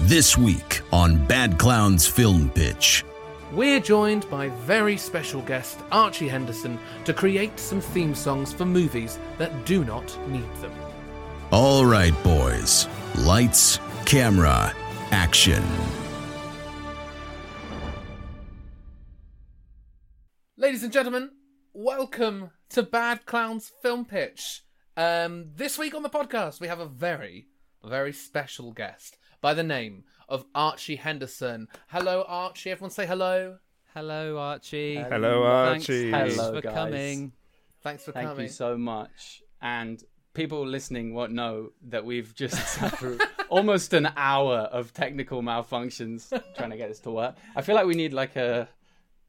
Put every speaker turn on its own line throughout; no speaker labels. This week on Bad Clown's Film Pitch.
We're joined by very special guest Archie Henderson to create some theme songs for movies that do not need them.
All right, boys. Lights, camera, action.
Ladies and gentlemen, welcome to Bad Clown's Film Pitch. Um, this week on the podcast, we have a very, very special guest by the name of Archie Henderson. Hello, Archie. Everyone say hello.
Hello, Archie.
Hello,
Thanks-
Archie.
Thanks
Hello,
for
guys.
coming.
Thanks for
Thank
coming.
you so much. And people listening won't know that we've just sat through almost an hour of technical malfunctions trying to get this to work. I feel like we need like a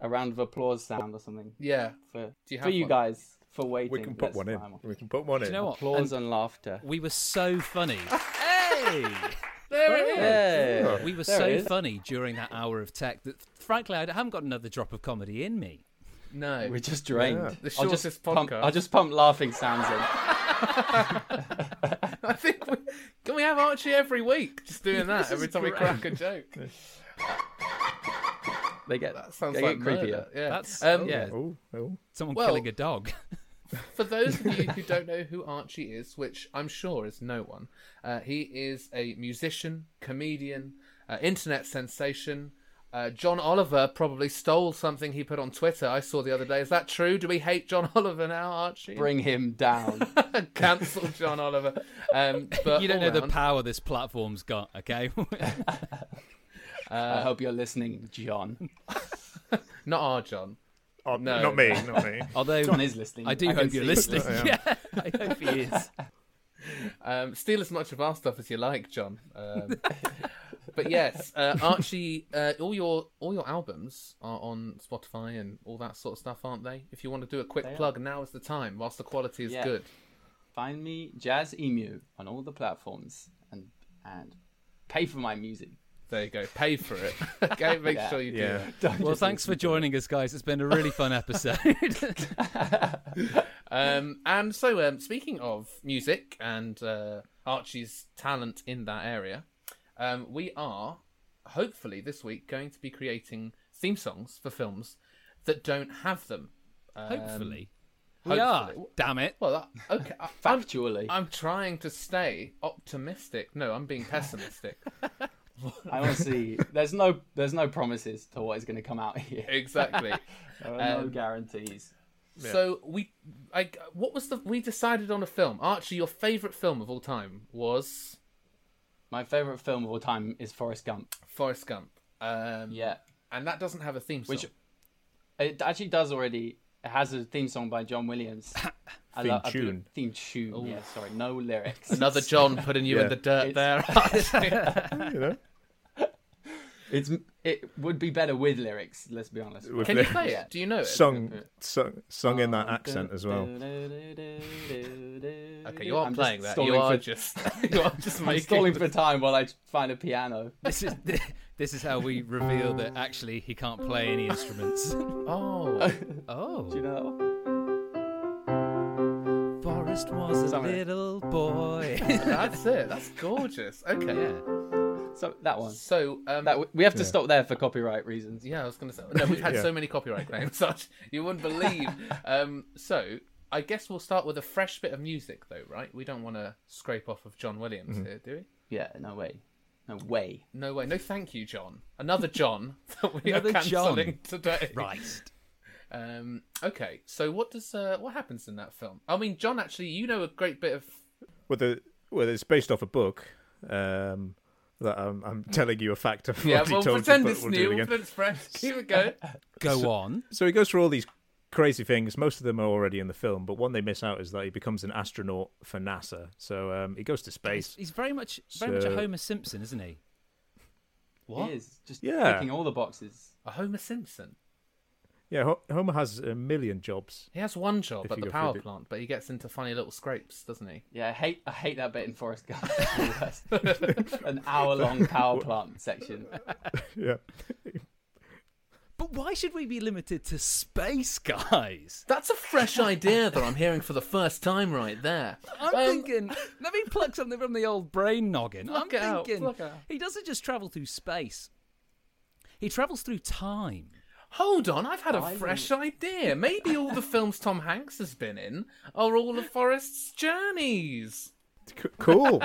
a round of applause sound or something
yeah.
for
you
for
have
you
one?
guys for waiting.
We can put
Let's
one in.
try one.
We can put one in.
You know what?
Applause
And
and laughter.
we were so funny. hey!
There it is.
Yeah.
We were
There
so
it is.
funny during that hour of tech that, frankly, I haven't got another drop of comedy in me.
No.
We're just drained.
The
I'll just
shortest
pump,
podcast.
I'll just pump laughing sounds in.
I think we can we have Archie every week just doing that every time we crack a joke.
They get
That sounds
they
like
get creepier.
murder. Yeah.
That's-
um,
yeah.
Oh, oh.
Someone
Well-
killing a dog.
For those of you who don't know who Archie is, which I'm sure is no one, uh, he is a musician, comedian, uh, internet sensation. Uh, John Oliver probably stole something he put on Twitter. I saw the other day. Is that true? Do we hate John Oliver now, Archie?
Bring him down.
Cancel John Oliver. Um, but
you don't
all
know the
round-
power this platform's got, okay?
I hope you're listening, John.
not our John.
Oh,
No.
not me, not me.
Although,
John is listening.
I do
can
hope you're
see he's
listening. Yeah, I hope he is.
Um, steal as much of our stuff as you like, John. Um, but yes, uh, Archie, uh, all your all your albums are on Spotify and all that sort of stuff, aren't they? If you want to do a quick
are.
plug, now is the time. Whilst the quality is
Yeah.
good,
find me Jazz Emu on all the platforms and and pay for my music.
there you go. Pay for it. okay, make
Yeah.
sure you do.
Yeah.
That.
Don't
Well,
just
thanks for
listen.
joining us, guys. It's been a really fun episode.
Um, and so, um, speaking of music and uh, Archie's talent in that area, um, we are hopefully this week going to be creating theme songs for films that don't have them. Um,
hopefully. we are.
hopefully.
Um, Damn it.
Well, that, okay. uh, I, I'm,
Factually, i
I'm trying to stay optimistic. No, I'm being pessimistic.
honestly, there's no there's no promises to what is going to come out here.
exactly.
There are no
Um,
guarantees.
So we, I, what was the? We decided on a film. Archie, your favorite film of all time was
My favorite film of all time is Forrest Gump.
Forrest Gump. Um,
Yeah,
and that doesn't have a theme song.
Which- it actually does already. It has a theme song by John Williams. I
Theme
love- I bl-
tune.
Theme tune. Yeah, sorry, no lyrics.
Another John putting you in
Yeah.
the dirt there.
You know?
It's it would be better with lyrics. Let's be honest.
With
Can you
the-
play it? Do you know it?
Sung, sung, sung in
Oh,
that accent as well.
Okay,
Okay,
you aren't playing that. You are just, you are just
I'm
making.
stalling for time while I find a piano.
This is this is how we reveal that actually he can't play any instruments.
Oh,
Oh.
Do you know? that one?
Forrest was a
Somewhere.
little boy.
that's it. That's gorgeous. Okay.
yeah.
So that one.
So um,
That we have to stop there for copyright reasons.
Yeah, I was going to say. No, we've had
Yeah.
so many copyright claims, such you wouldn't believe. Um, so I guess we'll start with a fresh bit of music, though, right? We don't want to scrape off of John Williams
Mm-hmm.
here, do we?
Yeah, no way, no way.
No way. No, thank you, John. Another John that we
Another
are
John.
cancelling today.
Right.
Um, okay. So what does uh, what happens in that film? I mean, John, actually, you know a great bit of.
Well, the, well, it's based off a book um, that I'm, I'm telling you a fact of.
Yeah,
what he
we'll
told you,
pretend
but
it's
we'll do it
new. We'll
again.
pretend it's fresh. Keep it going.
Go on.
So he goes through all these crazy things. Most of them are already in the film, but one they miss out is that he becomes an astronaut for NASA. So um, he goes to
He's,
space.
he's very much very much a
So-
Homer Simpson, isn't he?
What?
He is just
Yeah.
ticking all the boxes.
A Homer Simpson.
Yeah, Ho- Homer has a million jobs.
He has one job
If
at
you
the
go through
power
the-
plant, but he gets into funny little scrapes, doesn't he?
Yeah, I hate I hate that bit in Forrest Gump. It's the worst. An hour long power plant section.
Yeah.
But why should we be limited to space, guys?
That's a fresh idea that I'm hearing for the first time right there.
I'm
Um,
thinking, let me pluck something from the old brain noggin.
Pluck it
I'm
out,
thinking,
pluck it out.
he doesn't just travel through space, he travels through time.
Hold on, I've had a fresh idea. Maybe all the films Tom Hanks has been in are all of Forrest's journeys.
C- cool.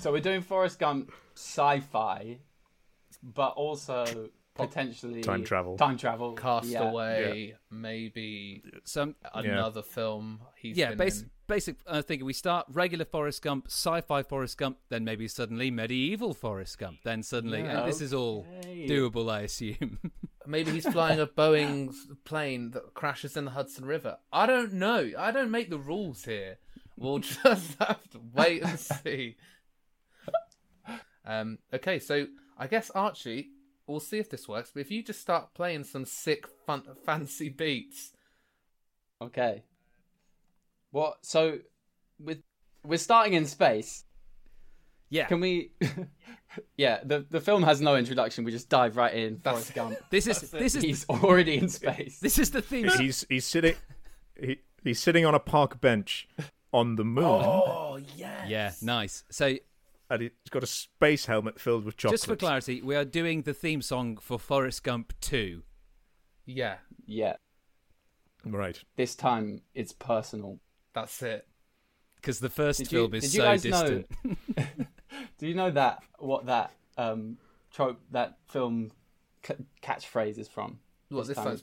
So we're doing Forrest Gump sci-fi, but also potentially
Time travel.
Time travel. yeah.
Castaway, maybe
So I'm-
another film he's
yeah,
been
basic,
in.
basic. I think we start regular Forrest Gump, sci-fi Forrest Gump, then maybe suddenly medieval Forrest Gump, then suddenly, and this is all
Okay.
doable, I assume.
Maybe he's flying a Boeing plane that crashes in the Hudson River. I don't know. I don't make the rules here. We'll just have to wait and see. Um, okay, so I guess Archie, we'll see if this works. But if you just start playing some sick, fun, fancy beats,
Okay. What? So, with we're starting in space.
yeah,
Can we? yeah. The the film has no introduction. We just dive right in. Forrest Gump.
this is this is
He's already in space.
this is the theme.
he's he's sitting he, he's sitting on a park bench on the moon,
yeah, nice. So
and he's got a space helmet filled with chocolate.
just for clarity, we are doing the theme song for Forrest Gump Two.
yeah,
Yeah.
right?
This time it's personal.
that's it.
Because the first
Did you-
film is
did you
so
guys know-
distant.
Do you know that what that um trope that film c- catchphrase is from?
What this
time
sounds
it's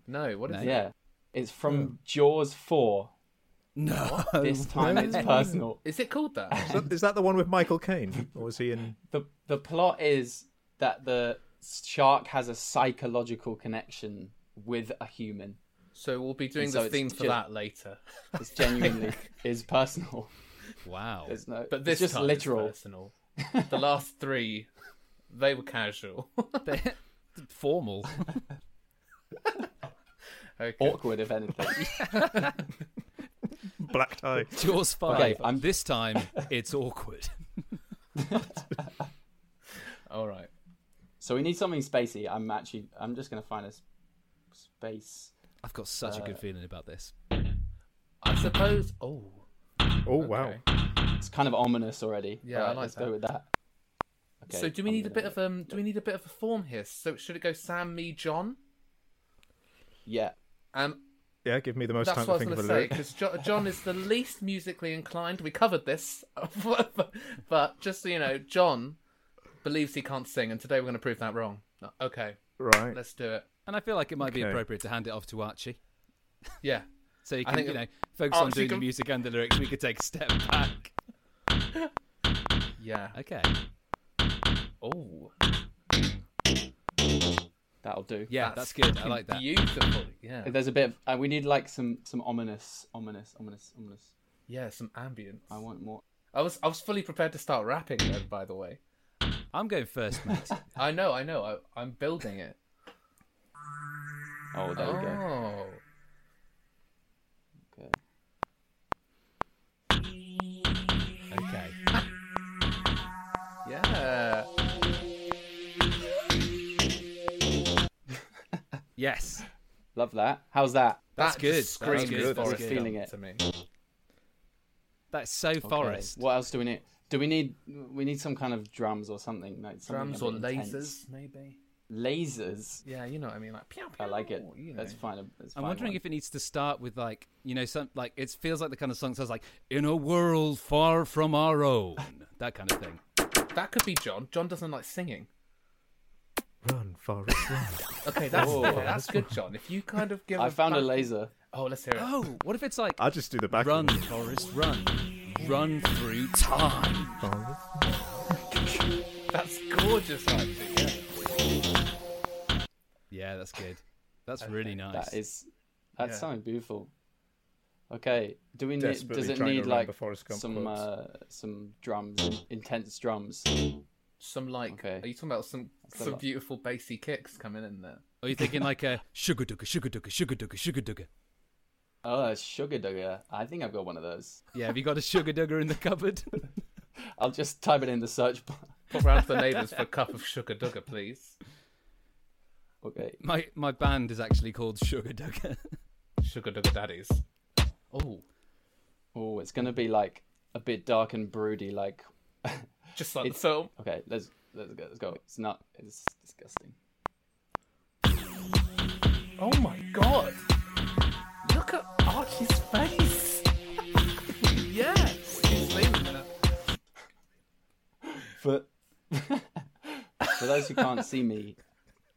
personal. No, what is it?
Yeah. It's
Oh.
from Jaws four.
No,
This time it's personal.
Is it called that?
Is that, is that the one with Michael Caine, or was he in?
the the plot is that the shark has a psychological connection with a human.
So we'll be doing
And so
the
it's
theme for
ju-
that later.
It's genuinely is personal.
wow.
There's no,
But this
it's just
time it's
literal.
personal. The last three, they were casual.
Formal.
okay.
Awkward, if anything.
Black tie.
Jaws five.
Okay, I'm-
This time it's awkward.
All right.
so we need something spacey. I'm actually, I'm just gonna find a s- space.
I've got such
Uh,
a good feeling about this.
I suppose. Oh,
Oh wow!
okay.
It's kind of ominous already.
Yeah, I
Alright,
like
let's
that.
go with that. Okay,
so do we
I'm
need a
gonna-
bit of um? Do we need a bit of a form here? So should it go Sam, me, John?
Yeah,
Um,
Yeah, give me the most
that's
time
what I
to
was
think
going
of
to
a
say
lyric.
because John is the least musically inclined. We covered this, but just so you know, John believes he can't sing, and today we're going to prove that wrong. Okay,
Right.
let's do it.
And I feel like it might be
Okay.
appropriate to hand it off to Archie.
Yeah.
So you
I
can,
think
you
it-
know, focus on
Archie
doing the
can-
music and the lyrics. We could take a step back.
Yeah.
Okay.
Oh,
that'll do.
Yeah, that's, good. I like that.
Beautiful. Yeah.
There's a bit of. Uh, we need like some some ominous, ominous, ominous, ominous.
Yeah, some ambience.
I want more.
I was I was fully prepared to start rapping then, by the way.
I'm going first, mate.
I know, I know. I, I'm building it.
Oh, there we go.
Oh.
Okay.
okay.
Yeah.
Yes.
Love that. How's that?
That's
That
good.
just
That's
screams
good. That's
Forrest
good.
Gump
Feeling it.
to me.
That's so Forrest.
Okay, What else do we need? Do we need we need some kind of drums or something? Like something
Drums
a
or
bit intense.
lasers, maybe.
Lasers.
Yeah, you know what I mean, like pew,
I like it.
pew, you know.
Let's find a. Let's
I'm
find
wondering
one.
if it needs to start with like you know some like it feels like the kind of song that sounds like "In a world far from our own," that kind of thing.
That could be John. John doesn't like singing.
Run, Forrest, run.
Okay, that's
Oh.
that's good, John. If you kind of give,
I found a
back-
laser.
Oh, let's hear it.
Oh, what if it's like
I'll just do the back.
"Run, Forrest, run, run through time"?
That's gorgeous, actually. Yeah.
Yeah, that's good. That's really nice.
That is. That
Yeah.
sounds beautiful. Okay. Do we need? Does
Desperately
it
trying to
need
remember
like
Forrest Gump
some
quotes.
uh, some drums, intense drums?
Some like,
Okay.
are you talking about some
a
some
lot.
beautiful bassy kicks coming in there?
Are you thinking like a sugar ducker, sugar ducker, sugar ducker, sugar ducker?
Oh, a sugar dugger. I think I've got one of those.
Yeah, have you got a sugar ducker in the cupboard?
I'll just type it in the search bar.
Pop round to the neighbours for a cup of sugar dugger, please.
Okay.
My my band is actually called Sugar Dugger.
Sugar dugger daddies. Oh,
Oh, it's gonna be like a bit dark and broody. Like,
just like
It's-
the film.
okay, let's let's go. Let's go. It's not. It's disgusting.
Oh my god! Look at Archie's face. yeah, he's leaving that.
For for those who can't see me,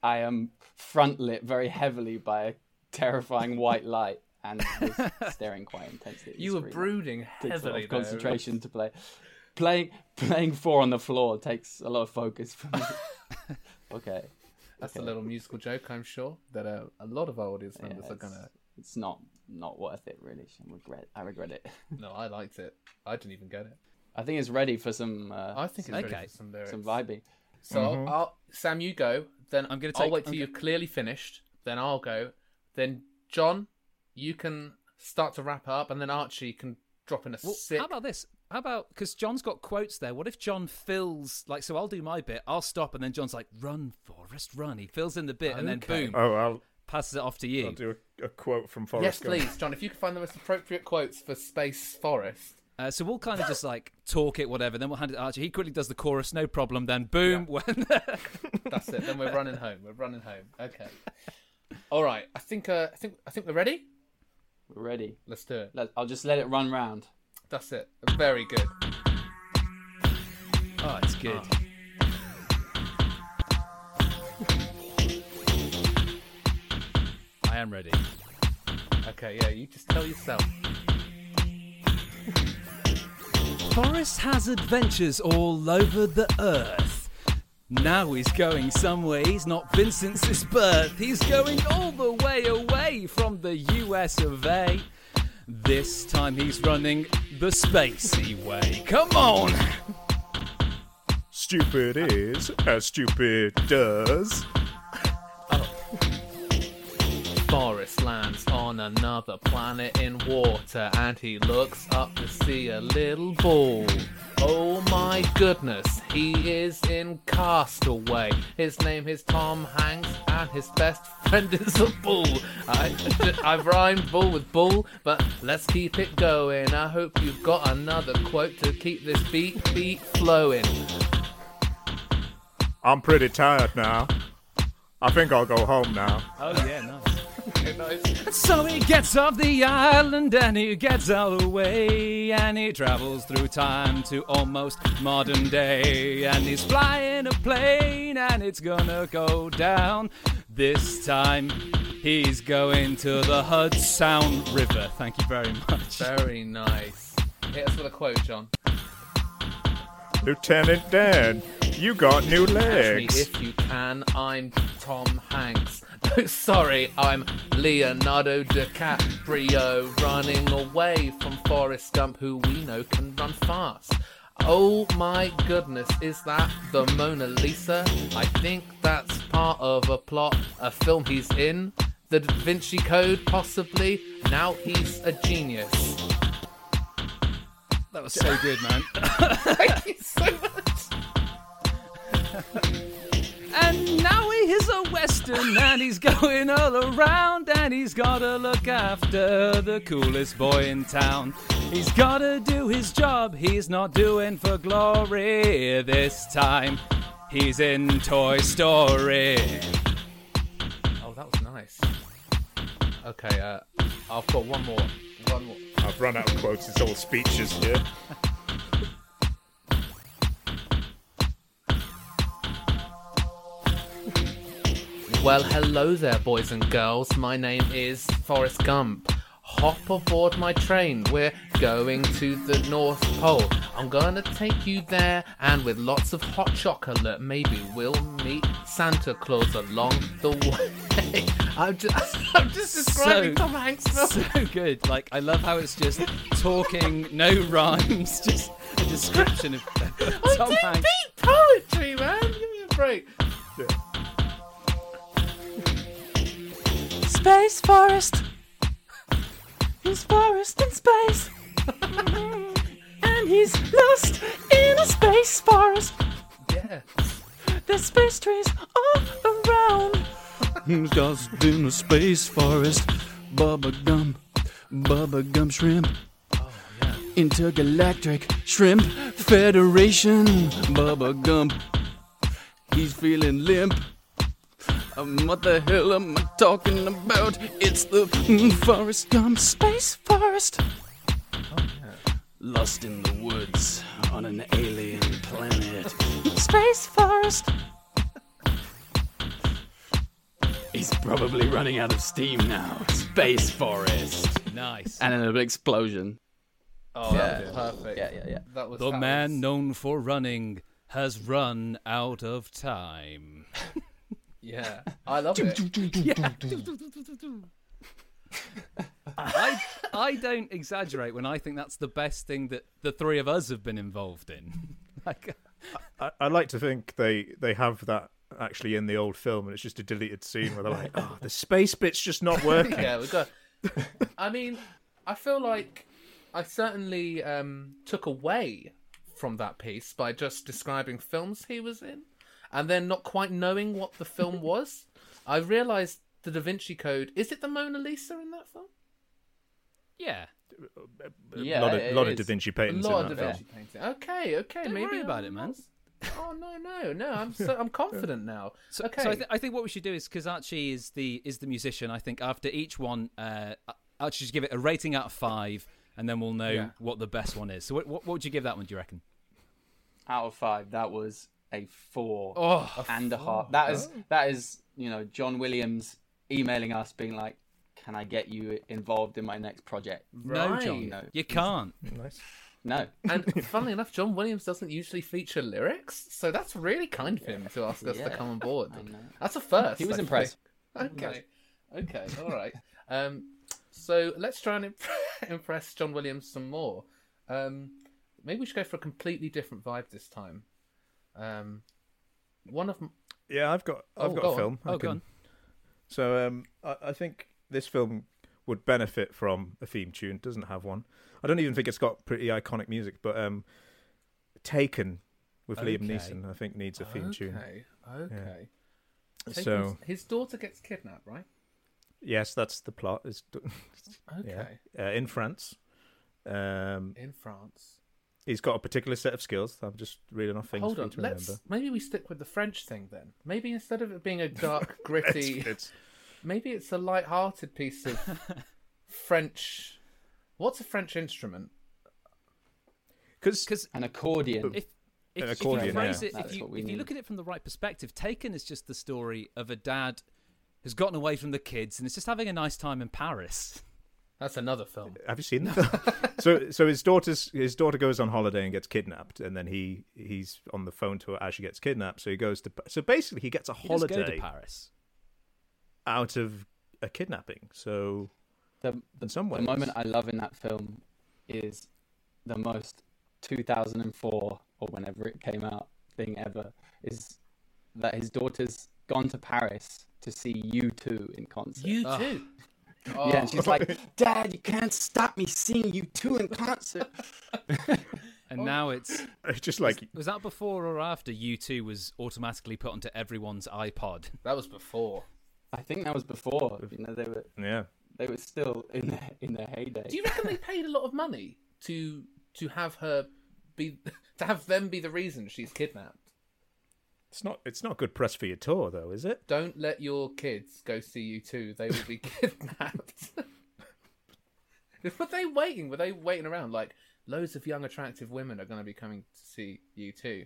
I am front lit very heavily by a terrifying white light and was staring quite intensely. at the
You were
screen.
brooding
Takes a lot
heavily.
of
there.
concentration to play. Playing playing four on the floor takes a lot of focus for me. okay,
That's a
Okay.
little musical joke, I'm sure, that uh, a lot of our audience
yeah,
members are
it's,
gonna.
it's not not worth it really. I regret I regret it.
No, I liked it. I didn't even get it.
I think it's ready for some uh,
I think it's ready
Okay. Mm-hmm.
for some lyrics.
some vibing.
So I'll, Sam, you go. Then
I'm gonna
I'll
take-
wait till
I'm
you've clearly finished. Then I'll go. Then John, you can start to wrap up, and then Archie can drop in a
Well,
sick.
how about this? How about because John's got quotes there? What if John fills like? So I'll do my bit. I'll stop, and then John's like, "Run, Forrest, run." He fills in the bit, and then
Okay.
boom,
Oh, I'll,
passes it off to
I'll
you.
do a, a quote from
yes,
Forrest Gump.
please, John. If you can find the most appropriate quotes for Space Forest.
Uh, so we'll kind of just like talk it, whatever. Then we'll hand it to Archie. He quickly does the chorus, no problem. Then boom, when
That's it. Then we're running home. We're running home. Okay. All right. I think. Uh, I think. I think we're ready.
We're ready.
Let's do it.
Let, I'll just let it run round.
That's it. Very good.
oh, it's good. I am ready.
Okay. Yeah. You just tell yourself.
Forrest has adventures all over the earth. Now he's going somewhere he's not been since his birth. He's going all the way away from the US of A. This time he's running the spacey way. Come on!
Stupid is as stupid does.
Forrest lands on another planet in water and he looks up to see a little ball. Oh my goodness, he is in Castaway. His name is Tom Hanks and his best friend is a bull. I, I've rhymed bull with bull, but let's keep it going. I hope you've got another quote to keep this beat beat flowing.
I'm pretty tired now. I think I'll go home now.
Oh, yeah, nice. So he gets off the island and he gets all the way and he travels through time to almost modern day and he's flying a plane and it's gonna go down. This time he's going to the Hud Sound River. Thank you very much.
Very nice. Hit us with a quote, John.
Lieutenant Dan, you got new
Catch me
legs.
if you can. I'm Tom Hanks. No, sorry, I'm Leonardo DiCaprio running away from Forrest Gump, who we know can run fast. Oh my goodness, is that the Mona Lisa? I think that's part of a plot, a film he's in. The Da Vinci Code, possibly. Now he's a genius.
That was so good, man.
Thank you so much.
And now he is a western and he's going all around and he's gotta look after the coolest boy in town. He's gotta do his job, he's not doing for glory this time. He's in Toy Story.
Oh, that was nice. Okay, uh, I've got one more. One more.
I've run out of quotes, it's all speeches here.
Well, hello there, boys and girls. My name is Forrest Gump. Hop aboard my train. We're going to the North Pole. I'm gonna take you there, and with lots of hot chocolate, maybe we'll meet Santa Claus along the way. I'm just, I'm just describing
So-
Tom Hanks. film.
So good. Like, I love how it's just talking, no rhymes, just a description of
I
Oh,
Tom
do
Hanks.
beat poetry, man. Give me a break.
Space Forest. He's Forest in space. and he's lost in a space forest.
Yeah, there.
There's space trees all around.
He's just in a space forest. Bubba gum, bubba gum shrimp. Intergalactic Shrimp Federation. Bubba gum. He's feeling limp. Um, what the hell am I talking about? It's the mm, forest gum space forest. Lost in the woods on an alien planet.
Space forest.
He's probably running out of steam now. Space forest.
Nice.
And then a little explosion.
Oh, that
Yeah.
was perfect.
Yeah, yeah, yeah.
That was
the
that
man
was-
known for running has run out of time.
Yeah, I love it.
I I don't exaggerate when I think that's the best thing that the three of us have been involved in. like,
I, I like to think they they have that actually in the old film, and it's just a deleted scene where they're like, "Oh, the space bit's just not working."
yeah, we got. I mean, I feel like I certainly um, took away from that piece by just describing films he was in, and then not quite knowing what the film was. I realised the Da Vinci Code. Is it the Mona Lisa in that film?
yeah,
Yeah,
a lot
it
of, lot of
is.
Da Vinci
A
paintings.
lot
in
of
that
Da
film.
Vinci painting. Okay, okay,
Don't
maybe
worry
I
about it, man.
was- Oh no, no, no! I'm so I'm confident now.
So,
okay,
so I, th- I think what we should do is because Archie is the is the musician. I think after each one, uh, Archie should give it a rating out of five, and then we'll know
Yeah.
what the best one is. So, what, what, what would you give that one? Do you reckon?
Out of five, that was a four
Oh,
and a half. That is that is you know John Williams emailing us being like, "Can I get you involved in my next project?"
no, John,
No.
you can't.
No.
And funnily enough, John Williams doesn't usually feature lyrics, so that's really kind of him to ask us to
Yeah,
come on board. That's a first.
He was
I
impressed.
think. Okay, okay, all right. Um, so let's try and imp- impress John Williams some more. Um, maybe we should go for a completely different vibe this time. Um, one of m-
Yeah, I've got I've
Oh,
got
go
a
on.
film. I
Oh, go
can-
on.
So um, I, I think this film would benefit from a theme tune. It Doesn't have one. I don't even think it's got pretty iconic music, but um, Taken with Liam
Okay.
Neeson, I think needs a theme tune.
okay, okay. Taken's-
So
his daughter gets kidnapped, right?
yes, that's the plot. Is
Okay,
uh, in France. Um,
in France.
he's got a particular set of skills. I'm just reading off things
Hold
for you
on,
to
let's
remember.
maybe we stick with the French thing then. Maybe instead of it being a dark, gritty,
It's, it's
maybe it's a light-hearted piece of French. What's a French instrument?
because
Because
An accordion.
if if, if
An
you
accordion,
phrase
yeah.
it, if
That's
you,
what we
if you
need.
look at it from the right perspective, Taken is just the story of a dad who's gotten away from the kids and is just having a nice time in Paris.
That's another film.
Have you seen that? so so his daughter's his daughter goes on holiday and gets kidnapped, and then he he's on the phone to her as she gets kidnapped. So he goes to so basically he gets a
He does go to
holiday
Paris.
out of a kidnapping. So
the, the,
in some
the
ways,
moment I love in that film is the most 2004 or whenever it came out thing ever is that his daughter's gone to Paris to see you 2 in concert.
You too. Oh,
Yeah, and she's like, Dad, you can't stop me seeing you 2 in concert.
And now it's
it's just like
was that before or after U2 was automatically put onto everyone's iPod?
that was before.
I think that was before. You know, they were
yeah.
they were still in their in their heyday.
Do you reckon they paid a lot of money to to have her be to have them be the reason she's kidnapped?
It's not it's not good press for your tour though, is it?
Don't let your kids go see you too. They will be kidnapped. Were they waiting? Were they waiting around? Like loads of young, attractive women are going to be coming to see you too.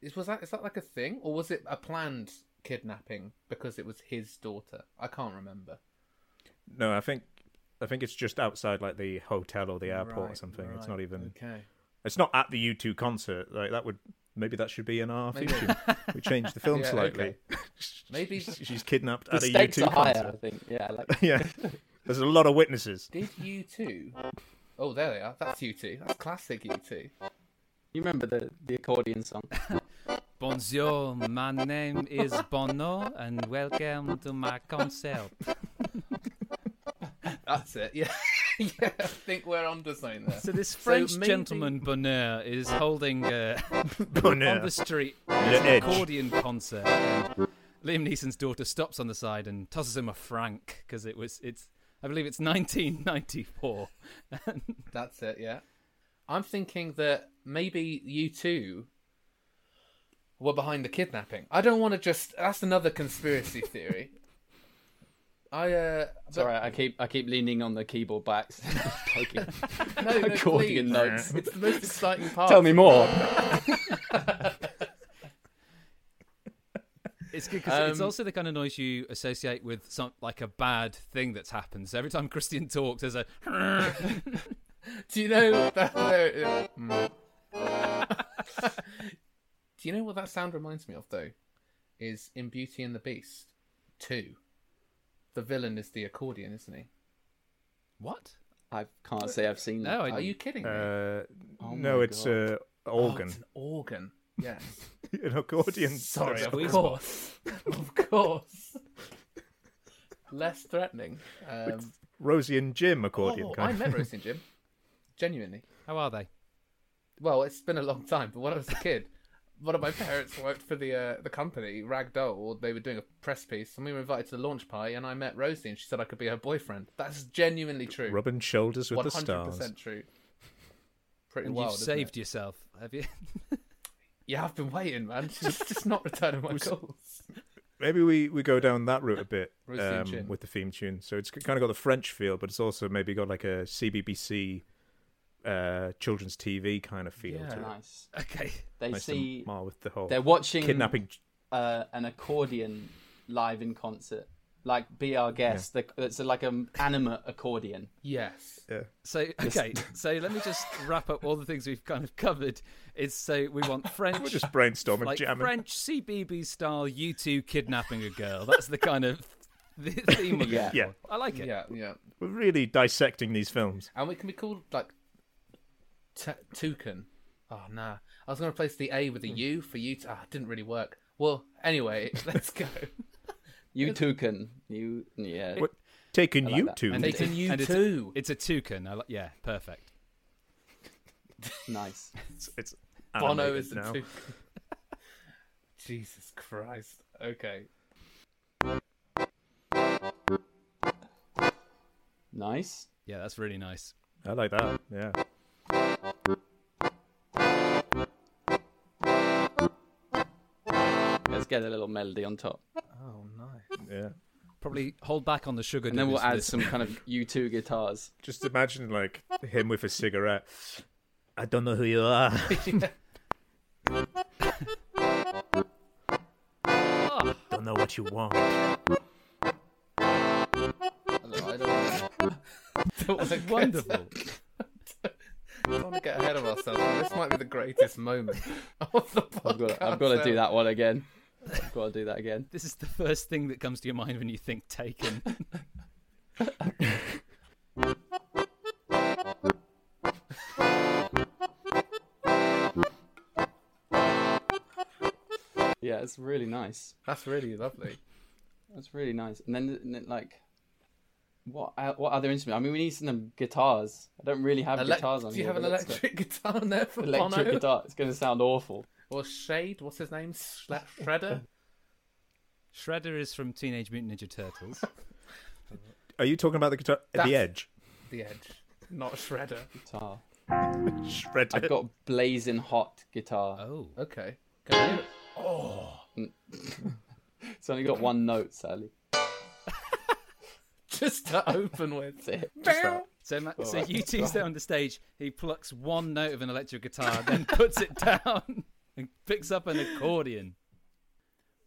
Is was that is that like a thing, or was it a planned kidnapping because it was his daughter? I can't remember.
No, I think I think it's just outside like the hotel or the airport or
Right,
something. It's
right,
not even
okay.
it's not at the U two concert. Like that would maybe that should be in our theme tune. We changed the film
Yeah,
slightly.
okay. Maybe
She's kidnapped
the
at a U
stakes
two
are higher,
concert.
I think. Yeah, I like
yeah. There's a lot of witnesses.
did you too? Oh, there they are. That's you two. That's classic you two.
you remember the the accordion song.
Bonjour, my name is Bono, and welcome to my concert.
That's it. Yeah. yeah, I think we're onto something there.
So this French
maybe-
gentleman Bonheur is holding uh, on the street
Le
an
Edge.
accordion concert. And Liam Neeson's daughter stops on the side and tosses him a franc because it was it's I believe it's 1994.
That's it, yeah. I'm thinking that maybe you two were behind the kidnapping. I don't want to just. That's another conspiracy theory. I, uh. but-
Sorry, I keep I keep leaning on the keyboard backs, poking
no, no,
accordion
please.
notes.
It's the most exciting part.
Tell me more.
It's good because it's
Um,
also the kind of noise you associate with some like a bad thing that's happened. So every time Christian talks, there's a
Do you know that? there- uh, mm. Do you know what that sound reminds me of, though? Is in Beauty and the Beast 2. The villain is the accordion, isn't he?
what?
I can't say I've seen that.
No, I,
Are you kidding me?
Uh,
my
no, it's
God.
uh,
Oh,
organ,
it's an organ. Yes.
an accordion.
Sorry,
Sorry,
of course. of course. Less threatening. Um,
Rosie and Jim accordion.
oh, I
kind of.
met Roasting Jim. Genuinely.
How are they?
Well, it's been a long time, but when I was a kid, one of my parents worked for the uh, the company, Ragdoll. They were doing a press piece, and we were invited to the launch party, and I met Rosie, and she said I could be her boyfriend. That's genuinely true.
Rubbing shoulders with the
100%
stars.
true. Pretty
And
wild.
you've
isn't
saved
it?
yourself, have you?
Yeah, I've been waiting, man. She's just not returning my calls.
Maybe we, we go down that route a bit
Rosie and
um,
Jim.
with the theme tune. So it's kind of got the French feel, but it's also maybe got like a CBBC uh, children's TV kind of feel
Yeah.
to it.
Nice.
okay.
They
Nice to
see
mar with the whole
they're watching
kidnapping.
uh, an accordion live in concert. Like be our guest. The, it's like an animate accordion.
Yes.
So okay, so let me just wrap up all the things we've kind of covered. Is so we want French,
We're just brainstorming,
like
jamming.
French CBB style U two kidnapping a girl. That's the kind of the theme. Of
Yeah.
yeah,
Yeah.
I like it.
Yeah, yeah.
We're really dissecting these films.
And it can be called like t- toucan. Oh nah. I was gonna replace the A with a U for you. ah, it didn't really work. Well, anyway, let's go.
You toucan. You yeah.
We're taking
like
you
that.
two.
And
They can
it-
you
and it's-
too.
It's a toucan. I like, yeah, perfect.
Nice.
It's, it's
Bono
animated
is a
now.
toucan. Jesus Christ. Okay.
Nice.
Yeah, that's really nice.
I like that. Yeah.
Let's get a little melody on top.
Oh nice.
Yeah.
Probably hold back on the sugar.
And then we'll
dough
add
this-
some kind of U2 guitars.
Just imagine like him with a cigarette. I don't know who you are. don't know what you want.
I don't know, I don't wanna- don't wanna
That's
get-
wonderful.
don't wanna get ahead of ourselves. but This might be the greatest moment of the podcast.
I've got, I've got to do
ever.
that one again. I've got to do that again.
this is the first thing that comes to your mind when you think taken.
Yeah, it's really nice.
That's really lovely.
That's really nice. And then, and then, like, what uh, what other instrument? I mean, we need some guitars. I don't really have
Elec-
guitars on
do you
here,
have an
but let's go-
electric guitar on there for
Electric
Bono?
guitar. It's going to sound awful.
Or Shade, what's his name? Shle- Shredder?
Shredder is from Teenage Mutant Ninja Turtles.
Are you talking about the guitar at
That's-
the edge?
the Edge, not Shredder.
Guitar.
Shred
I've
it.
got blazing hot guitar. Oh.
Oh,
Okay. Go hear it.
It's only got one note, sadly.
Just to open with.
That's it.
Just that.
so ma- so you two's there on the stage. He plucks one note of an electric guitar, then puts it down and picks up an accordion.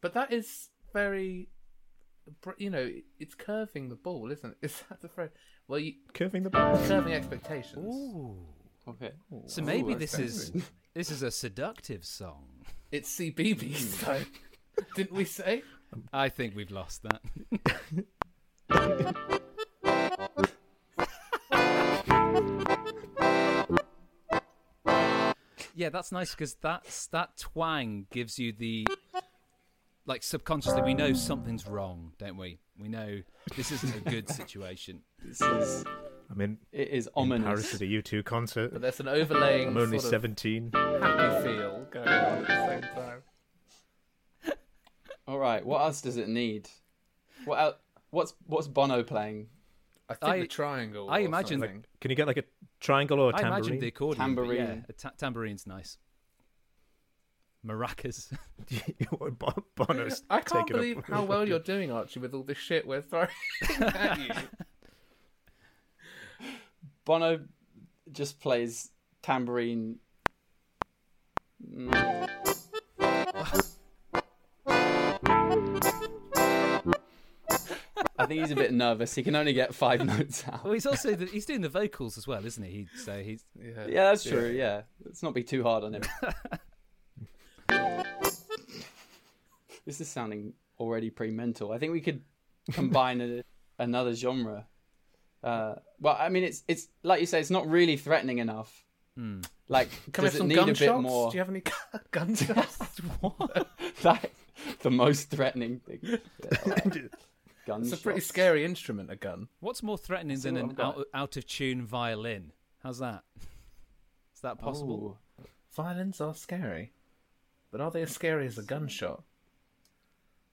But that is very, br- you know, it's curving the ball, isn't it? Is that the phrase? Well, you,
Curving the ball.
curving expectations.
Okay.
So maybe this is this is a seductive song.
It's CBBS, though. Didn't we say?
I think we've lost that. yeah, that's nice because that's that twang gives you the like subconsciously we know something's wrong, don't we? We know this isn't a good situation.
This is
I mean,
It is
in
ominous.
Paris at a U2 concert.
But there's an overlaying
I'm only
sort of
17.
happy feel going on at the same time.
All right, what else does it need? What el- what's what's Bono playing?
I think
I-
the triangle.
I
or
imagine-
something.
Can you get like a triangle or a
I
tambourine?
imagine the accordion. but
Tambourine.
Yeah, a ta- tambourine's nice. Maracas.
Bon- Bono's
I can't
taking a-
believe how well you're doing, Archie, with all this shit we're throwing at you.
Bono just plays tambourine. Mm. I think he's a bit nervous. He can only get five notes
well,
out.
he's also the, he's doing the vocals as well, isn't he? he so he's
Yeah.
Yeah, that's true. Yeah, let's not be too hard on him. this is sounding already pre-mental. I think we could combine a, another genre. Uh, well, I mean, it's it's like you say, it's not really threatening enough. Like,
Hmm. Can we have
does it
some
need a
gunshots?
bit more?
Do you have any gunshots?
that the most threatening thing. Yeah, all right.
It's a pretty
Gunshots.
scary instrument, a gun.
what's more threatening than
what
an
I've got.
out, out of tune violin? How's that? Is that possible?
Ooh.
Violins are scary, but are they as scary as a gunshot?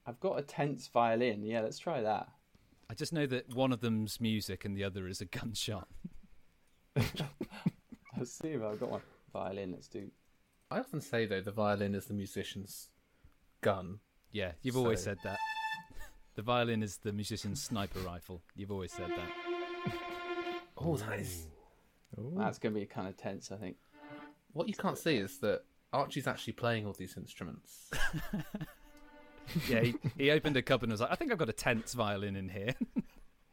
I've got a tense violin. Yeah, let's try that.
I just know that one of them's music and the other is a gunshot.
Let's see if I've got one. Violin. Let's do.
I often say though the violin is the musician's gun.
Yeah, you've always
So-
said that. The violin is the musician's sniper rifle. You've always said that.
Oh, that is
That's gonna be kind of tense. I think.
what you can't see is that Archie's actually playing all these instruments.
Yeah, he, he opened a cupboard and was like, I think I've got a tense violin in here.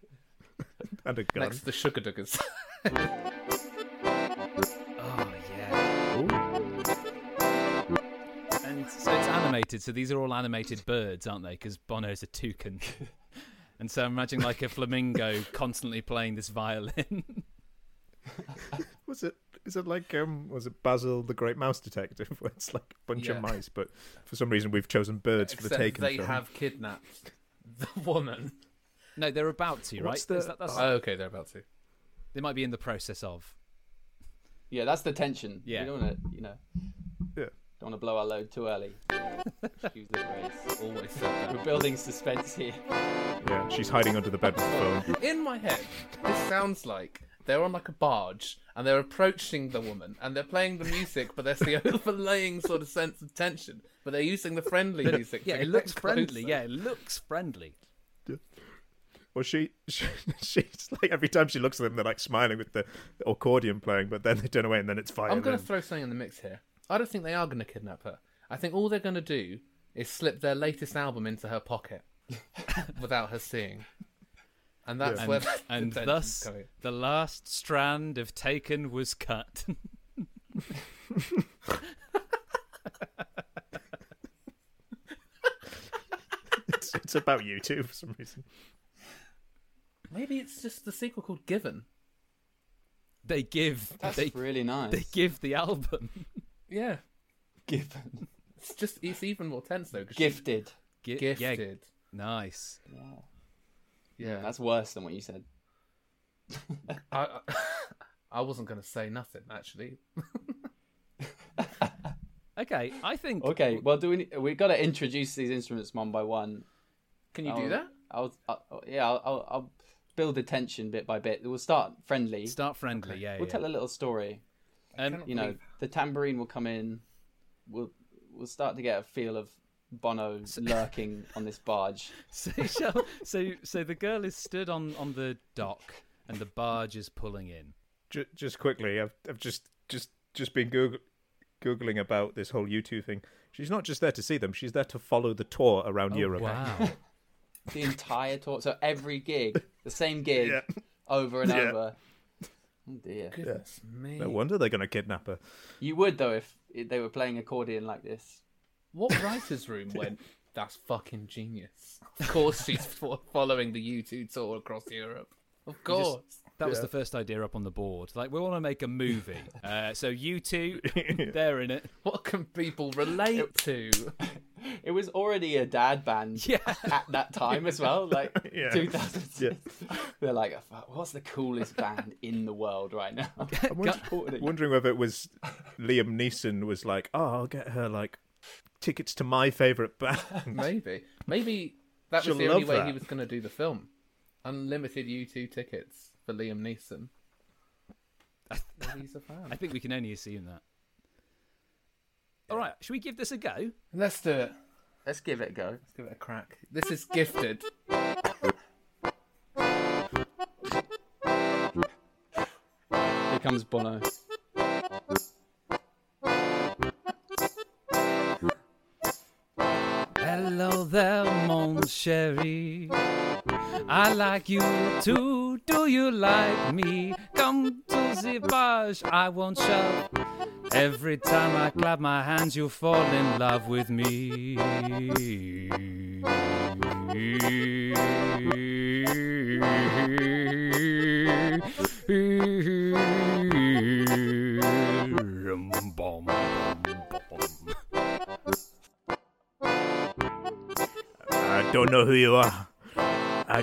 and a gun.
Next to the sugar duggers.
Oh yeah. And so it's animated. So these are all animated birds, aren't they? Because Bono's a toucan. And so imagine like a flamingo constantly playing this violin.
Was it? Is it like um? Was it Basil the Great Mouse Detective? Where it's like a bunch
Yeah.
of mice, but for some reason we've chosen birds for the
Except
taken.
they
film.
have kidnapped the woman.
No, they're about to, right?
What's the-
Is that- that's-
Oh, okay, they're about to.
they might be in the process of.
Yeah, that's the tension.
Yeah.
You don't want to, you know,
Yeah.
don't want to blow our load too early. Excuse the phrase.
Always said
We're building suspense here.
Yeah, she's hiding under the bed with the phone.
that. In my head, this sounds like they're on like a barge and they're approaching the woman and they're playing the music, but there's the overlaying sort of sense of tension. But they're using the friendly music.
Yeah,
to
it
get
looks
closer.
friendly. Yeah, it looks friendly.
Well, she, she she's like every time she looks at them, they're like smiling with the accordion playing, but then they turn away and then it's fire.
I'm going to
then.
throw something in the mix here. I don't think they are going to kidnap her. I think all they're going to do is slip their latest album into her pocket without her seeing. And that's
Yeah.
where
And,
the
and
tension's
thus,
coming.
the last strand of Taken was cut.
it's, it's about you too for some reason.
maybe it's just the sequel called Given.
they give.
That's
They,
really nice.
they give the album.
Yeah,
Given.
it's just it's even more tense though. 'cause she's
Gifted.
Gi- yeah,
gifted.
nice.
Yeah,
That's worse than what you said.
I, I, I wasn't going to say nothing actually.
Okay, I think.
Okay, well, do we? need- We got to introduce these instruments one by one.
Can you
Oh,
I'll-
do that?
I'll, I'll yeah, I'll, I'll, I'll build the tension bit by bit. We'll start friendly.
Start friendly, yeah.
We'll
yeah.
tell a little story.
Um,
You know, the tambourine will come in. We'll we'll start to get a feel of Bono lurking on this barge.
so, shall- so, so the girl is stood on on the dock, and the barge is pulling in.
Ju- just quickly, I've I've just just just been Google, googling about this whole U2 thing. She's not just there to see them; she's there to follow the tour around Europe.
Oh,
Wow,
the entire tour. So every gig, the same gig,
Yeah.
over and
Yeah.
over. Oh dear.
Goodness me!
No wonder they're going to kidnap her.
You would though if they were playing accordion like this.
What writers' room went? That's fucking genius. Of course, she's fo- following the U2 tour across Europe. Of course.
that was the first idea up on the board. Like we want to make a movie. Uh, so you two, they're in it.
What can people relate to?
it was already a dad band
Yeah.
at that time as well, like
Yeah.
2006. They're like, what's the coolest band in the world right now?
I'm wondering, wondering whether it was Liam Neeson was like, oh, I'll get her like tickets to my favorite band.
Maybe. Maybe that
She'll
was the only
love
way
that.
he was going to do the film. Unlimited U2 tickets for Liam Neeson. Maybe he's a fan.
I think we can only assume that. All right, should we give this a go?
Let's do it.
Let's give it a go.
Let's give it a crack. This is gifted.
Here comes Bono.
Hello there, mon chéri. I like you too. Do you like me? Come to the barge, I won't shout. Every time I clap my hands, you fall in love with me.
I don't know who you are. I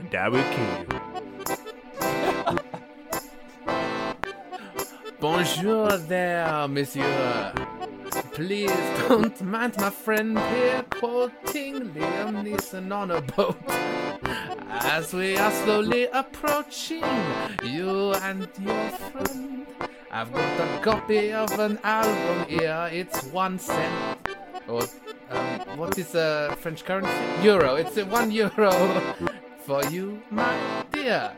and I will kill you.
Bonjour there, monsieur. Please don't mind my friend here quoting Liam Neeson on a boat. As we are slowly approaching you and your friend, I've got a copy of an album here. It's one cent. Or, um, what is uh, French currency? Euro. It's uh, one euro for you, my dear.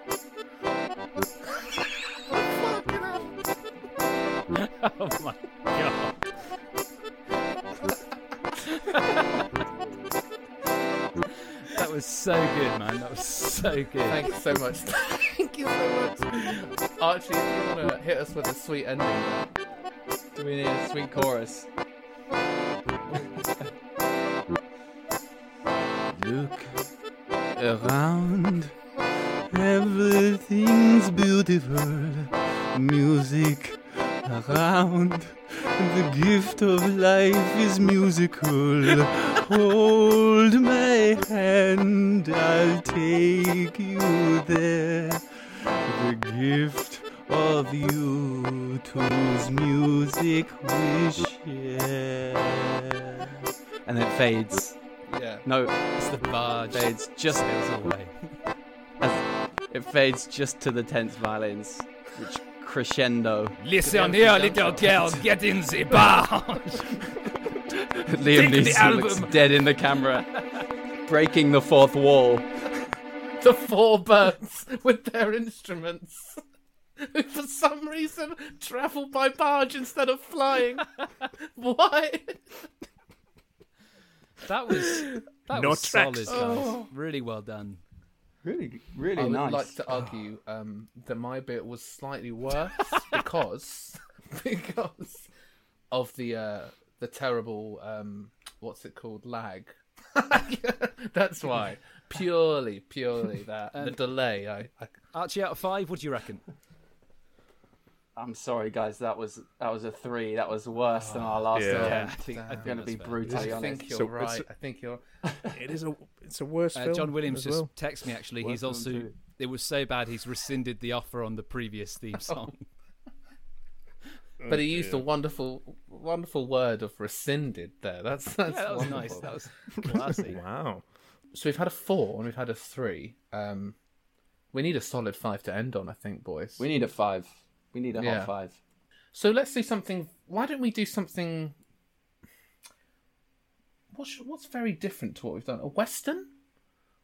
Oh my god. that was so good, man. That was so good.
Thanks so much. Thank you so much. Archie, if you want to hit us with a sweet ending, there.
Do we need a sweet chorus?
Look around. Everything's beautiful. Music around. The gift of life is musical. Hold my hand, I'll take you there. The gift of you two's music we share.
And then it fades.
Yeah.
No,
It's the barge.
fades just
Sails away.
it fades just to the tense violins, which crescendo.
Listen here, little girl, get in the barge.
Liam
Take the
Neeson looks
album.
dead in the camera, breaking the fourth wall.
The four birds with their instruments. Who for some reason travel by barge instead of flying. Why?
That was that
No
was solid,
tracks.
guys. Really well done.
Really, really
I would
nice.
like to argue um, that my bit was slightly worse because because of the uh, the terrible um, what's it called lag. That's why purely purely that the delay. I, I
Archie, out of five, what do you reckon?
I'm sorry, guys. That was that was a three. That was worse than our last
Yeah.
I
attempt.
think I
I'm gonna
that's
be
fair.
I
brutally honest.
think you're
So it's-
right. I think you're.
It is a it's a worse
Uh,
film.
John Williams
as
just
well.
texted me actually. He's
Worth one
also
too.
it was so bad he's rescinded the offer on the previous theme song.
But he used a wonderful, wonderful word of rescinded there. That's that's
that was nice.
wonderful.
That was classy.
wow.
So we've had a four and we've had a three. Um, we need a solid five to end on, I think, boys.
We need a five. We need a
Yeah.
hot five.
So let's do something. Why don't we do something? What's what's very different to what we've done? A western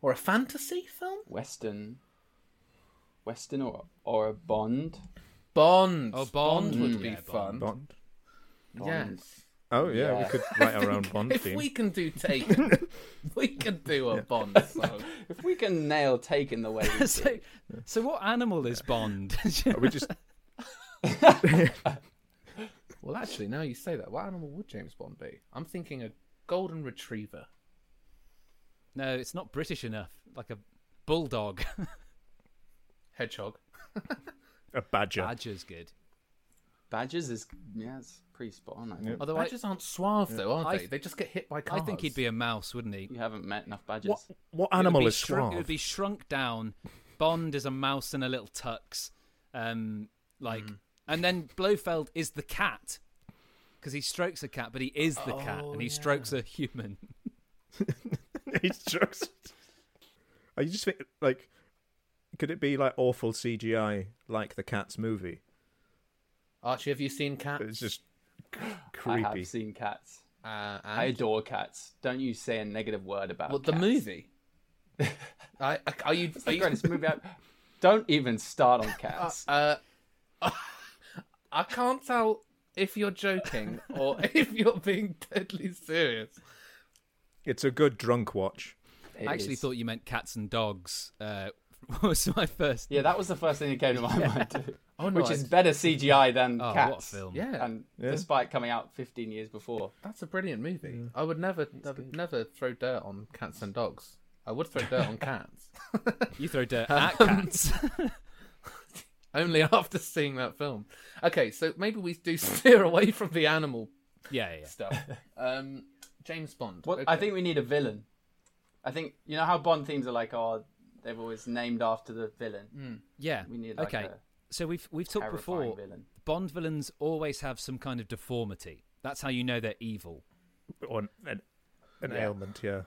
or a fantasy film?
Western, Western or or a Bond.
Bond.
Oh, Bond.
would
Mm.
be
Yeah, Bond.
fun.
Bond.
Bond.
Yes.
Oh yeah, we could write our own Bond
If
theme.
we can do Taken, we can do a Bond song.
If we can nail Taken the way we
so,
did,
so what animal is Bond?
Are we just
Well, actually, now you say that, what animal would James Bond be? I'm thinking a golden retriever.
no, it's not British enough. Like a bulldog.
Hedgehog.
a badger.
Badger's good.
Badgers is yeah, it's pretty spot on. I think.
Although I,
Badgers aren't suave, though, are
I-
they? They just get hit by
I
cars.
think he'd be a mouse, wouldn't he?
You haven't met enough badgers.
What what
It would
animal
be
is
shrunk- It
suave?
would be shrunk down. Bond is a mouse and a little tux. Um, like, and then Blofeld is the cat because he strokes a cat, but he is the cat and he strokes a human.
He's just. Are you just think like? Could it be like awful CGI, like the Cats movie?
Archie, have you seen Cats?
It's just c-
I
creepy.
have seen cats.
Uh,
I
and...
adore cats. Don't you say a negative word about
Well, the
cats.
movie. I, I- are you? Are
The
you
greatest movie. I've... Don't even start on cats.
uh, I can't tell if you're joking or if you're being deadly serious.
It's a good drunk watch.
It
I actually
is-
thought you meant cats and dogs. Uh, was my first.
Yeah, that was the first thing that came to my mind too.
Oh, no,
Which is
it's-
better CGI than
Oh,
cats.
what a film!
Yeah,
And despite coming out 15 years before,
that's a brilliant movie. I would never, never throw dirt on cats and dogs. I would throw dirt on cats.
You throw dirt
Um,
at cats.
Only after seeing that film. Okay, so maybe we do steer away from the animal
yeah, yeah, yeah.
stuff. Um, James Bond.
Well, I think we need a villain. I think you know how Bond themes are like, oh, they've always named after the villain.
yeah.
We need like
okay.
a
so we've we've talked
terrifying
before.
villain.
Bond villains always have some kind of deformity. That's how you know they're evil.
Or an, an, an ailment, yeah.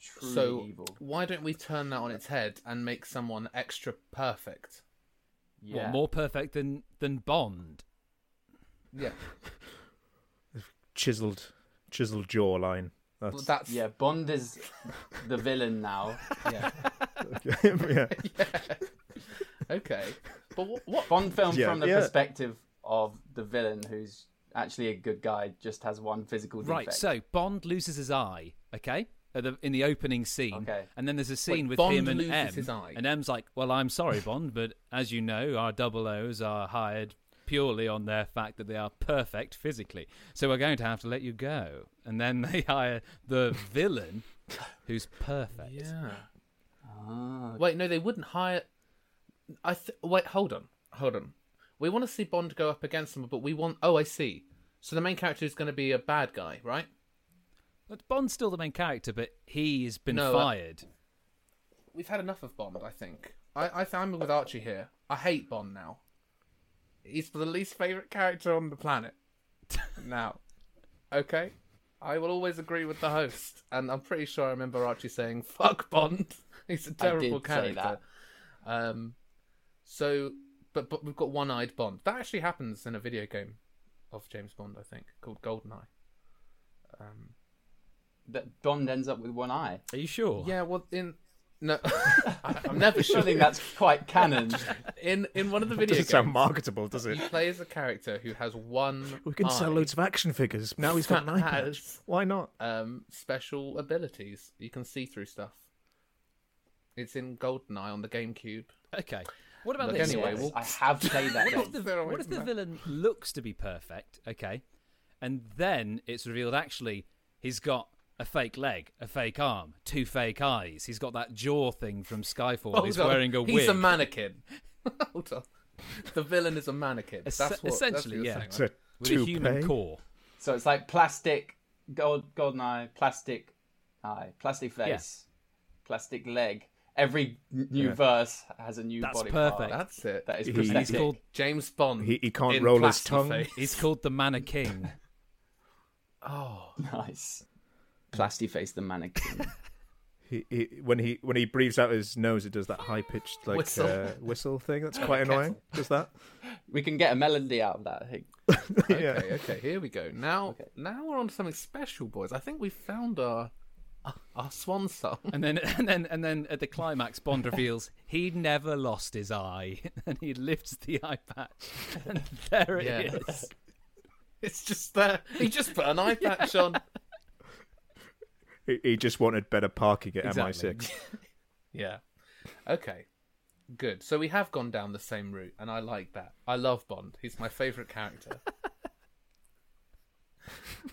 Truly
so.
evil.
Why don't we turn that on its head and make someone extra perfect?
Yeah.
What, more perfect than than Bond?
Yeah,
Chiseled, chiseled jawline.
well,
That's
that's
Yeah, Bond is the villain now.
yeah.
yeah.
Okay, but what? what
Bond film
Yeah,
from the
yeah.
perspective of the villain who's actually a good guy, just has one physical defect.
Right. So Bond loses his eye. Okay. At the, in the opening scene,
Okay.
and then there's a scene
Wait,
with
Bond
him and
loses
M,
his eye?
and M's like, "Well, I'm sorry, Bond, but as you know, our double O's are hired purely on their fact that they are perfect physically, so we're going to have to let you go." And then they hire the villain, who's perfect.
Yeah. Wait, no, they wouldn't hire. I th- wait. Hold on, hold on. We want to see Bond go up against them, but we want. Oh, I see. So the main character is going to be a bad guy, right?
But Bond's still the main character, but he has been
No, I-
fired.
We've had enough of Bond. I think. I, I I'm with Archie here. I hate Bond now. He's the least favorite character on the planet. now, okay. I will always agree with the host, and I'm pretty sure I remember Archie saying "fuck Bond." He's a
I
terrible
did
character.
say that.
Um, so, but but we've got one-eyed Bond. That actually happens in a video game of James Bond, I think, called GoldenEye.
That Bond ends up with one eye.
Are you sure?
Yeah, well, in no, I, I'm never
I
sure.
think that's quite canon.
In in one of the video
Doesn't
games,
sound marketable, does it?
he plays a character who has one.
We can
eye
sell loads of action figures. Now he's got an eye
that
patch.
has,
Why not?
um, special abilities. You can see through stuff. It's in GoldenEye on the GameCube.
Okay. What about
Look,
this?
anyway,
Yes,
we'll-
I have played that
what if
game.
the,
Fair
what
away
if
from
the
that.
villain looks to be perfect, okay, and then it's revealed actually he's got a fake leg, a fake arm, two fake eyes. He's got that jaw thing from Skyfall.
Hold
Oh, he's
on.
wearing a
He's
wig.
a mannequin. Hold on. The villain is a mannequin.
Es-
That's what. that's what
essentially,
you're
yeah.
saying,
It's
right?
a
with a
toupee.
human core.
So it's like plastic, gold, golden eye, plastic eye, plastic face, plastic leg. Every n- new verse has a new
That's
body
perfect.
part.
That's it.
That is
He-
prosthetic.
He's called
James Bond.
He- he can't
in
roll his
plastic
tongue.
face.
he's called the mannequin.
Oh,
nice. Plasty face the mannequin.
He, he, when he when he breathes out his nose, it does that high pitched like
Whistle.
Uh, whistle thing. That's quite annoying. Does that?
we can get a melody out of that. I think.
yeah.
okay, okay. Here we go. Now, now we're on something special, boys. I think we found our our swan song.
And then and then and then at the climax Bond reveals he never lost his eye and he lifts the eye patch and there it is.
Yeah. It's just there. He just put an eye patch on.
He, he just wanted better parking at MI6.
Yeah. Okay. Good. So we have gone down the same route, and I like that. I love Bond. He's my favourite character.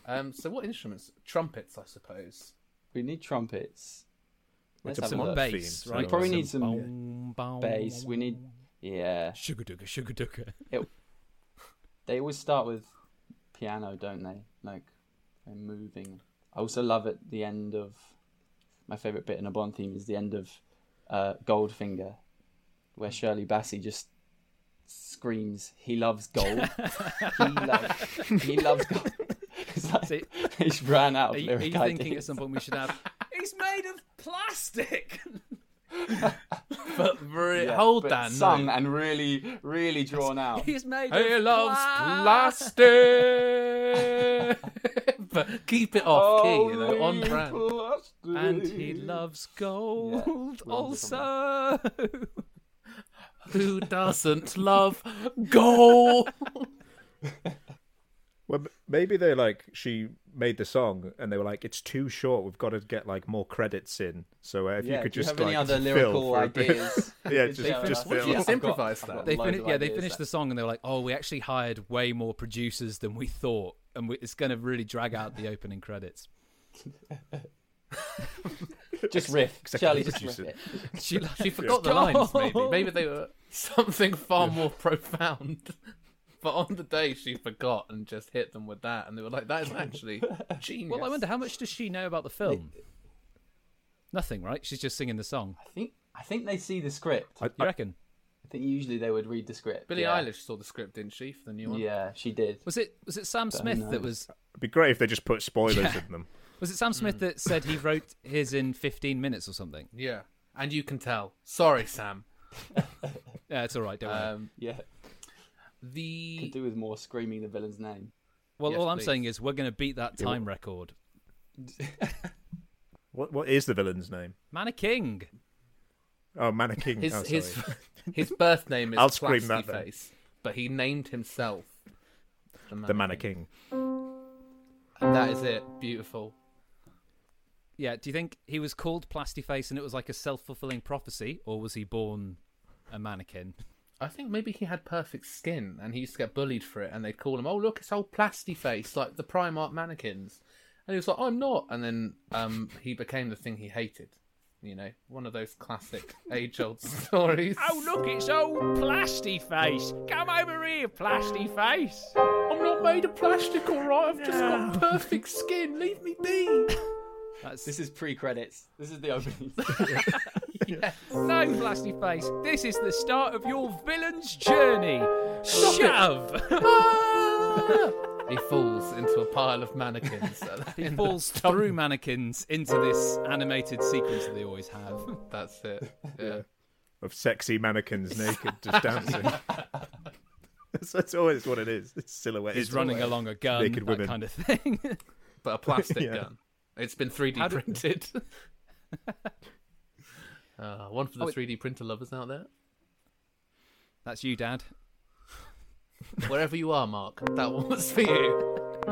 um. So what instruments? Trumpets, I suppose.
We need trumpets. Let's
a
have a
blunt
look.
theme,
bass,
so
right?
We probably
Some
need some
Boom, boom,
bass. We need, yeah.
sugar duga, sugar duga.
They always start with piano, don't they? Like they're moving. I also love at the end of my favorite bit in a Bond theme is the end of uh, Goldfinger, where Shirley Bassey just screams, "He loves gold. he, lo- he loves gold." It's like
See-
he's ran out of
Are you, are
lyric
you thinking at
ideas.
some point we should have? He's made of plastic.
But re-
Yeah,
hold
but
that.
sung
note.
and really, really drawn out.
He's made.
He
of
loves
plastic.
plastic. but keep it off key, you know, on brand.
and he loves gold
we're on different
also.
Who doesn't love gold?
Well, m- maybe they like she made the song and they were like, "It's too short. We've got to get like more credits in." So uh, if
Yeah,
you could
do you
just
have any
like,
other
fill
lyrical
for a bit.
ideas?
yeah, just
Yeah,
just
like,
Would
fill.
you just
I've got-
improvise
I've
that?
got
they
loads
fin-
of
yeah, they
ideas
finished the
there.
song and they were like, "Oh, we actually hired way more producers than we thought, and we, it's going to really drag out the opening credits."
just riff. Charlie just riff
producer.
it.
She, loves
She forgot the
gold.
lines, maybe. Maybe they were something far more profound. But on the day, she forgot and just hit them with that. And they were like, that is actually genius.
Well, I wonder how much does she know about the film? Nothing, right? She's just singing the song.
I think I think they see the script. I,
I,
You
I,
reckon?
think usually they would read the script.
Billie
yeah.
Eilish saw the script, didn't she, for the new one?
Yeah, she did.
Was it was it Sam Smith that was
it'd be great if they just put spoilers in them.
was it Sam Smith
Hmm.
that said he wrote his in 15 minutes or something?
Yeah. And you can tell. Sorry, Sam.
Yeah, it's all right. Don't worry.
Um,
Yeah,
the
could do with more screaming the villain's name.
Well,
yes,
all I'm
please.
saying is we're going to beat that time record.
What what is the villain's name?
Man of King.
Oh, Mannequin.
his
oh, sorry.
his his birth name is
I'll scream that
Plasty
then.
Face, but he named himself
the Mannequin.
And that is it. Beautiful.
Yeah. Do you think he was called Plastiface and it was like a self-fulfilling prophecy, or was he born a mannequin?
I think maybe he had perfect skin and he used to get bullied for it and they'd call him, Oh look, it's old plasty face, like the Primark mannequins and he was like, I'm not and then um he became the thing he hated. You know, one of those classic age old stories.
Oh, look, it's old Plastiface. Come over here, Plastiface.
I'm not made of plastic, alright, I've just got perfect skin, leave me be.
That's
This is pre-credits. This is the opening.
No, Blasty Face, this is the start of your villain's journey. Shove!
he falls into a pile of mannequins.
he falls through mannequins into this animated sequence that they always have.
That's it. Yeah.
of sexy mannequins naked just dancing. that's, that's always what it is. It's silhouette.
He's running along a gun,
Naked
that
women.
kind of thing.
But a plastic
Yeah.
gun. It's been 3D
do-
printed. uh, one for the
Oh, it-
3D printer lovers out there.
That's you, Dad.
Wherever you are, Mark, that one was for you.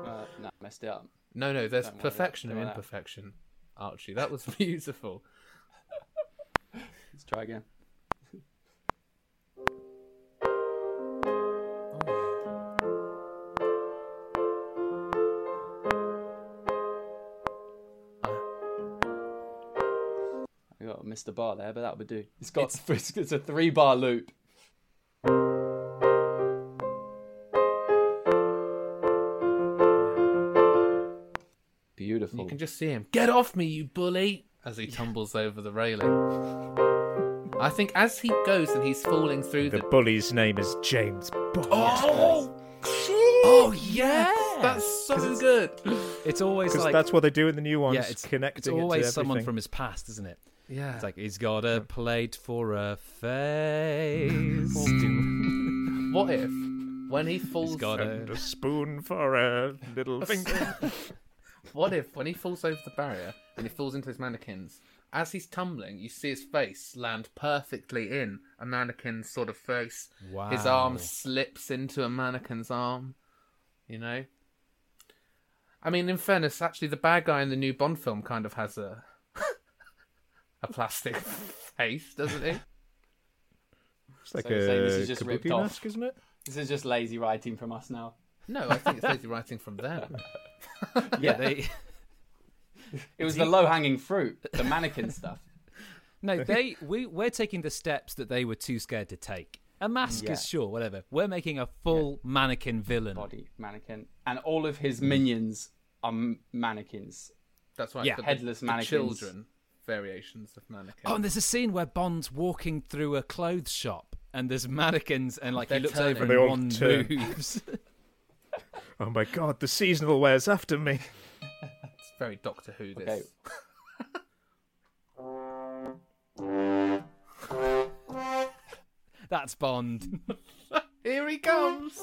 uh, no, messed it up.
No, no, there's
worry,
perfection
don't
and
worry.
imperfection, Archie. That was beautiful.
Let's try again. I got missed a bar there, but that would do. It's got it's, a three bar loop. Beautiful.
You can just see him. Get off me, you bully! As he tumbles over the railing. I think as he goes and he's falling through
The
the.
bully's name is James Bond.
Oh, yes! That's so good!
It's always
Because
like.
that's what they do in the new ones.
yeah, it's,
connecting
it's always
it to
someone
everything.
from his past, isn't it?
Uh, Yeah.
It's like he's got a plate for a face.
What if when he falls
got
through,
a-
a spoon for a little finger.
What if when he falls over the barrier and he falls into his mannequins, as he's tumbling, you see his face land perfectly in a mannequin's sort of face. His arm
Wow.
slips into a mannequin's arm. You know. I mean, in fairness, actually, the bad guy in the new Bond film kind of has a a plastic face, doesn't he?
It's like
So you're saying this is
a
just
kabuki
ripped off?
mask, isn't it?
This is just lazy writing from us now.
No, I think it's lazy writing from them.
Yeah, it was the low hanging fruit, the mannequin stuff.
No, they we we're taking the steps that they were too scared to take. A mask
Yeah.
is sure, whatever. We're making a full mannequin villain.
Body mannequin, and all of his minions are m- mannequins.
That's right.
Yeah.
but the-
Headless
the
mannequins.
children variations of mannequins.
Oh, and there's a scene where Bond's walking through a clothes shop and there's mannequins and like
They're
he looks
turning.
over and
They all
one
turn.
moves.
Oh my god, the seasonal wears after me.
It's very Doctor Who. This.
Okay.
That's Bond.
Here he comes.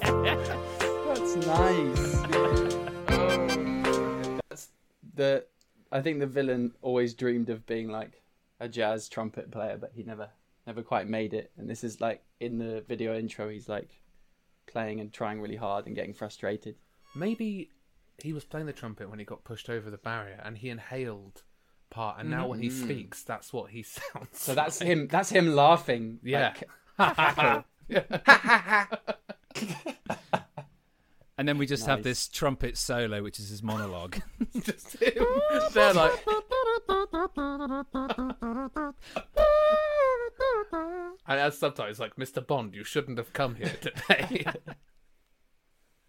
That's nice. That's the. I think the villain always dreamed of being like a jazz trumpet player, but he never, never quite made it. And this is like in the video intro, he's like playing and trying really hard and getting frustrated.
Maybe he was playing the trumpet when he got pushed over the barrier, and he inhaled part, and now when he speaks, that's what he sounds.
Mm. So that's him. That's him laughing.
yeah.
like,
And then we just have
Nice.
this trumpet solo, which is his monologue.
Just him. They're like. And as sometimes like Mr. Bond, you shouldn't have come here today.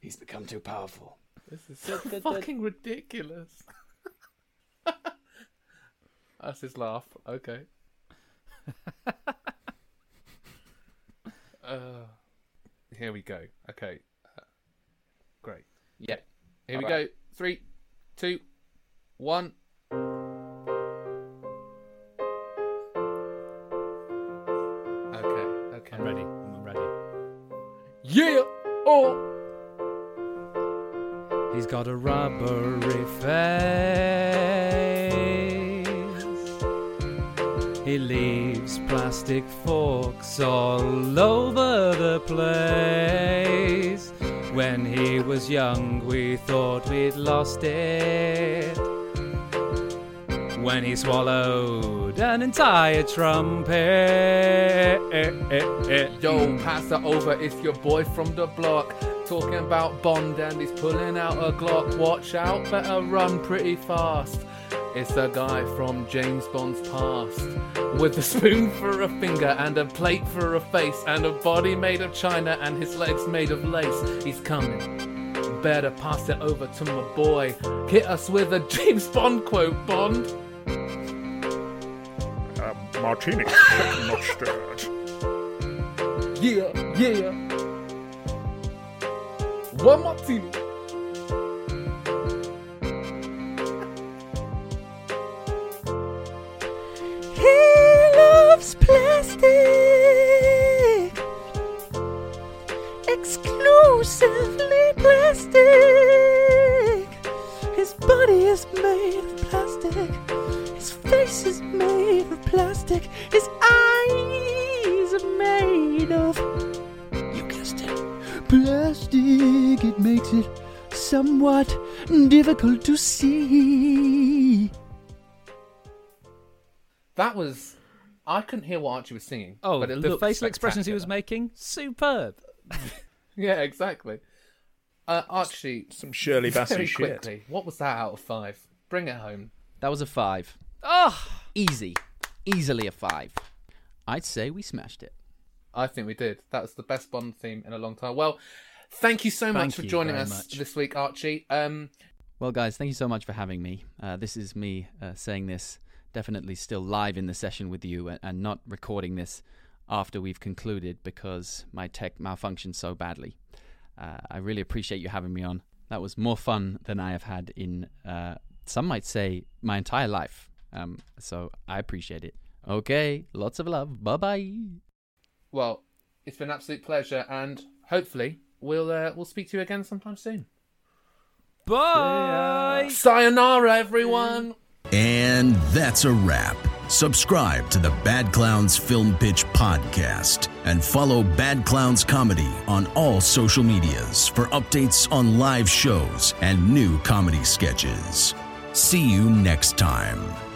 He's become too powerful.
Fucking ridiculous. That's his laugh. Okay. uh, here we go. Okay. Uh, great.
Yeah.
Here we
Alright.
go. Three, two, one. Okay. Okay.
I'm ready. I'm ready.
Yeah. Oh.
He's got a rubbery face. He leaves plastic forks all over the place. When he was young, we thought we'd lost it. When he swallowed an entire trumpet.
Yo, pass that over. It's your boy from the block. Talking about Bond and he's pulling out a Glock. Watch out, better run pretty fast. It's a guy from James Bond's past. With a spoon for a finger and a plate for a face and a body made of china and his legs made of lace. He's coming. Better pass it over to my boy. Hit us with a James Bond quote, Bond.
Um, martini, mustard.
Yeah, yeah. One martini.
He loves plastic. Exclusively plastic. His body is made of plastic. His face is made of plastic. His eyes are made of. You guessed it. Plastic. It makes it somewhat difficult to see.
That was. I couldn't hear what Archie was singing.
Oh,
but it
the
looked
facial expressions he was
spectacular.
making, superb.
Yeah, exactly. Uh, Archie,
Some Shirley Bassey
very
shit.
quickly, what was that out of five? Bring it home.
That was a five.
Oh,
Easy. Easily a five. I'd say we smashed it.
I think we did. That was the best Bond theme in a long time. Well, thank you so much for
you
joining
very
us
much.
this week, Archie. Um,
Well, guys, thank you so much for having me. Uh, this is me uh, saying this, definitely still live in the session with you and, and not recording this after we've concluded because my tech malfunctioned so badly. Uh, I really appreciate you having me on. That was more fun than I have had in uh,
some might say my entire life. Um, so I appreciate it. Okay, lots of love. Bye bye.
Well, it's been an absolute pleasure, and hopefully we'll uh, we'll speak to you again sometime soon.
Bye.
Sayonara, everyone.
And that's a wrap. Subscribe to the Bad Clowns Film Pitch podcast and follow Bad Clowns Comedy on all social medias for updates on live shows and new comedy sketches. See you next time.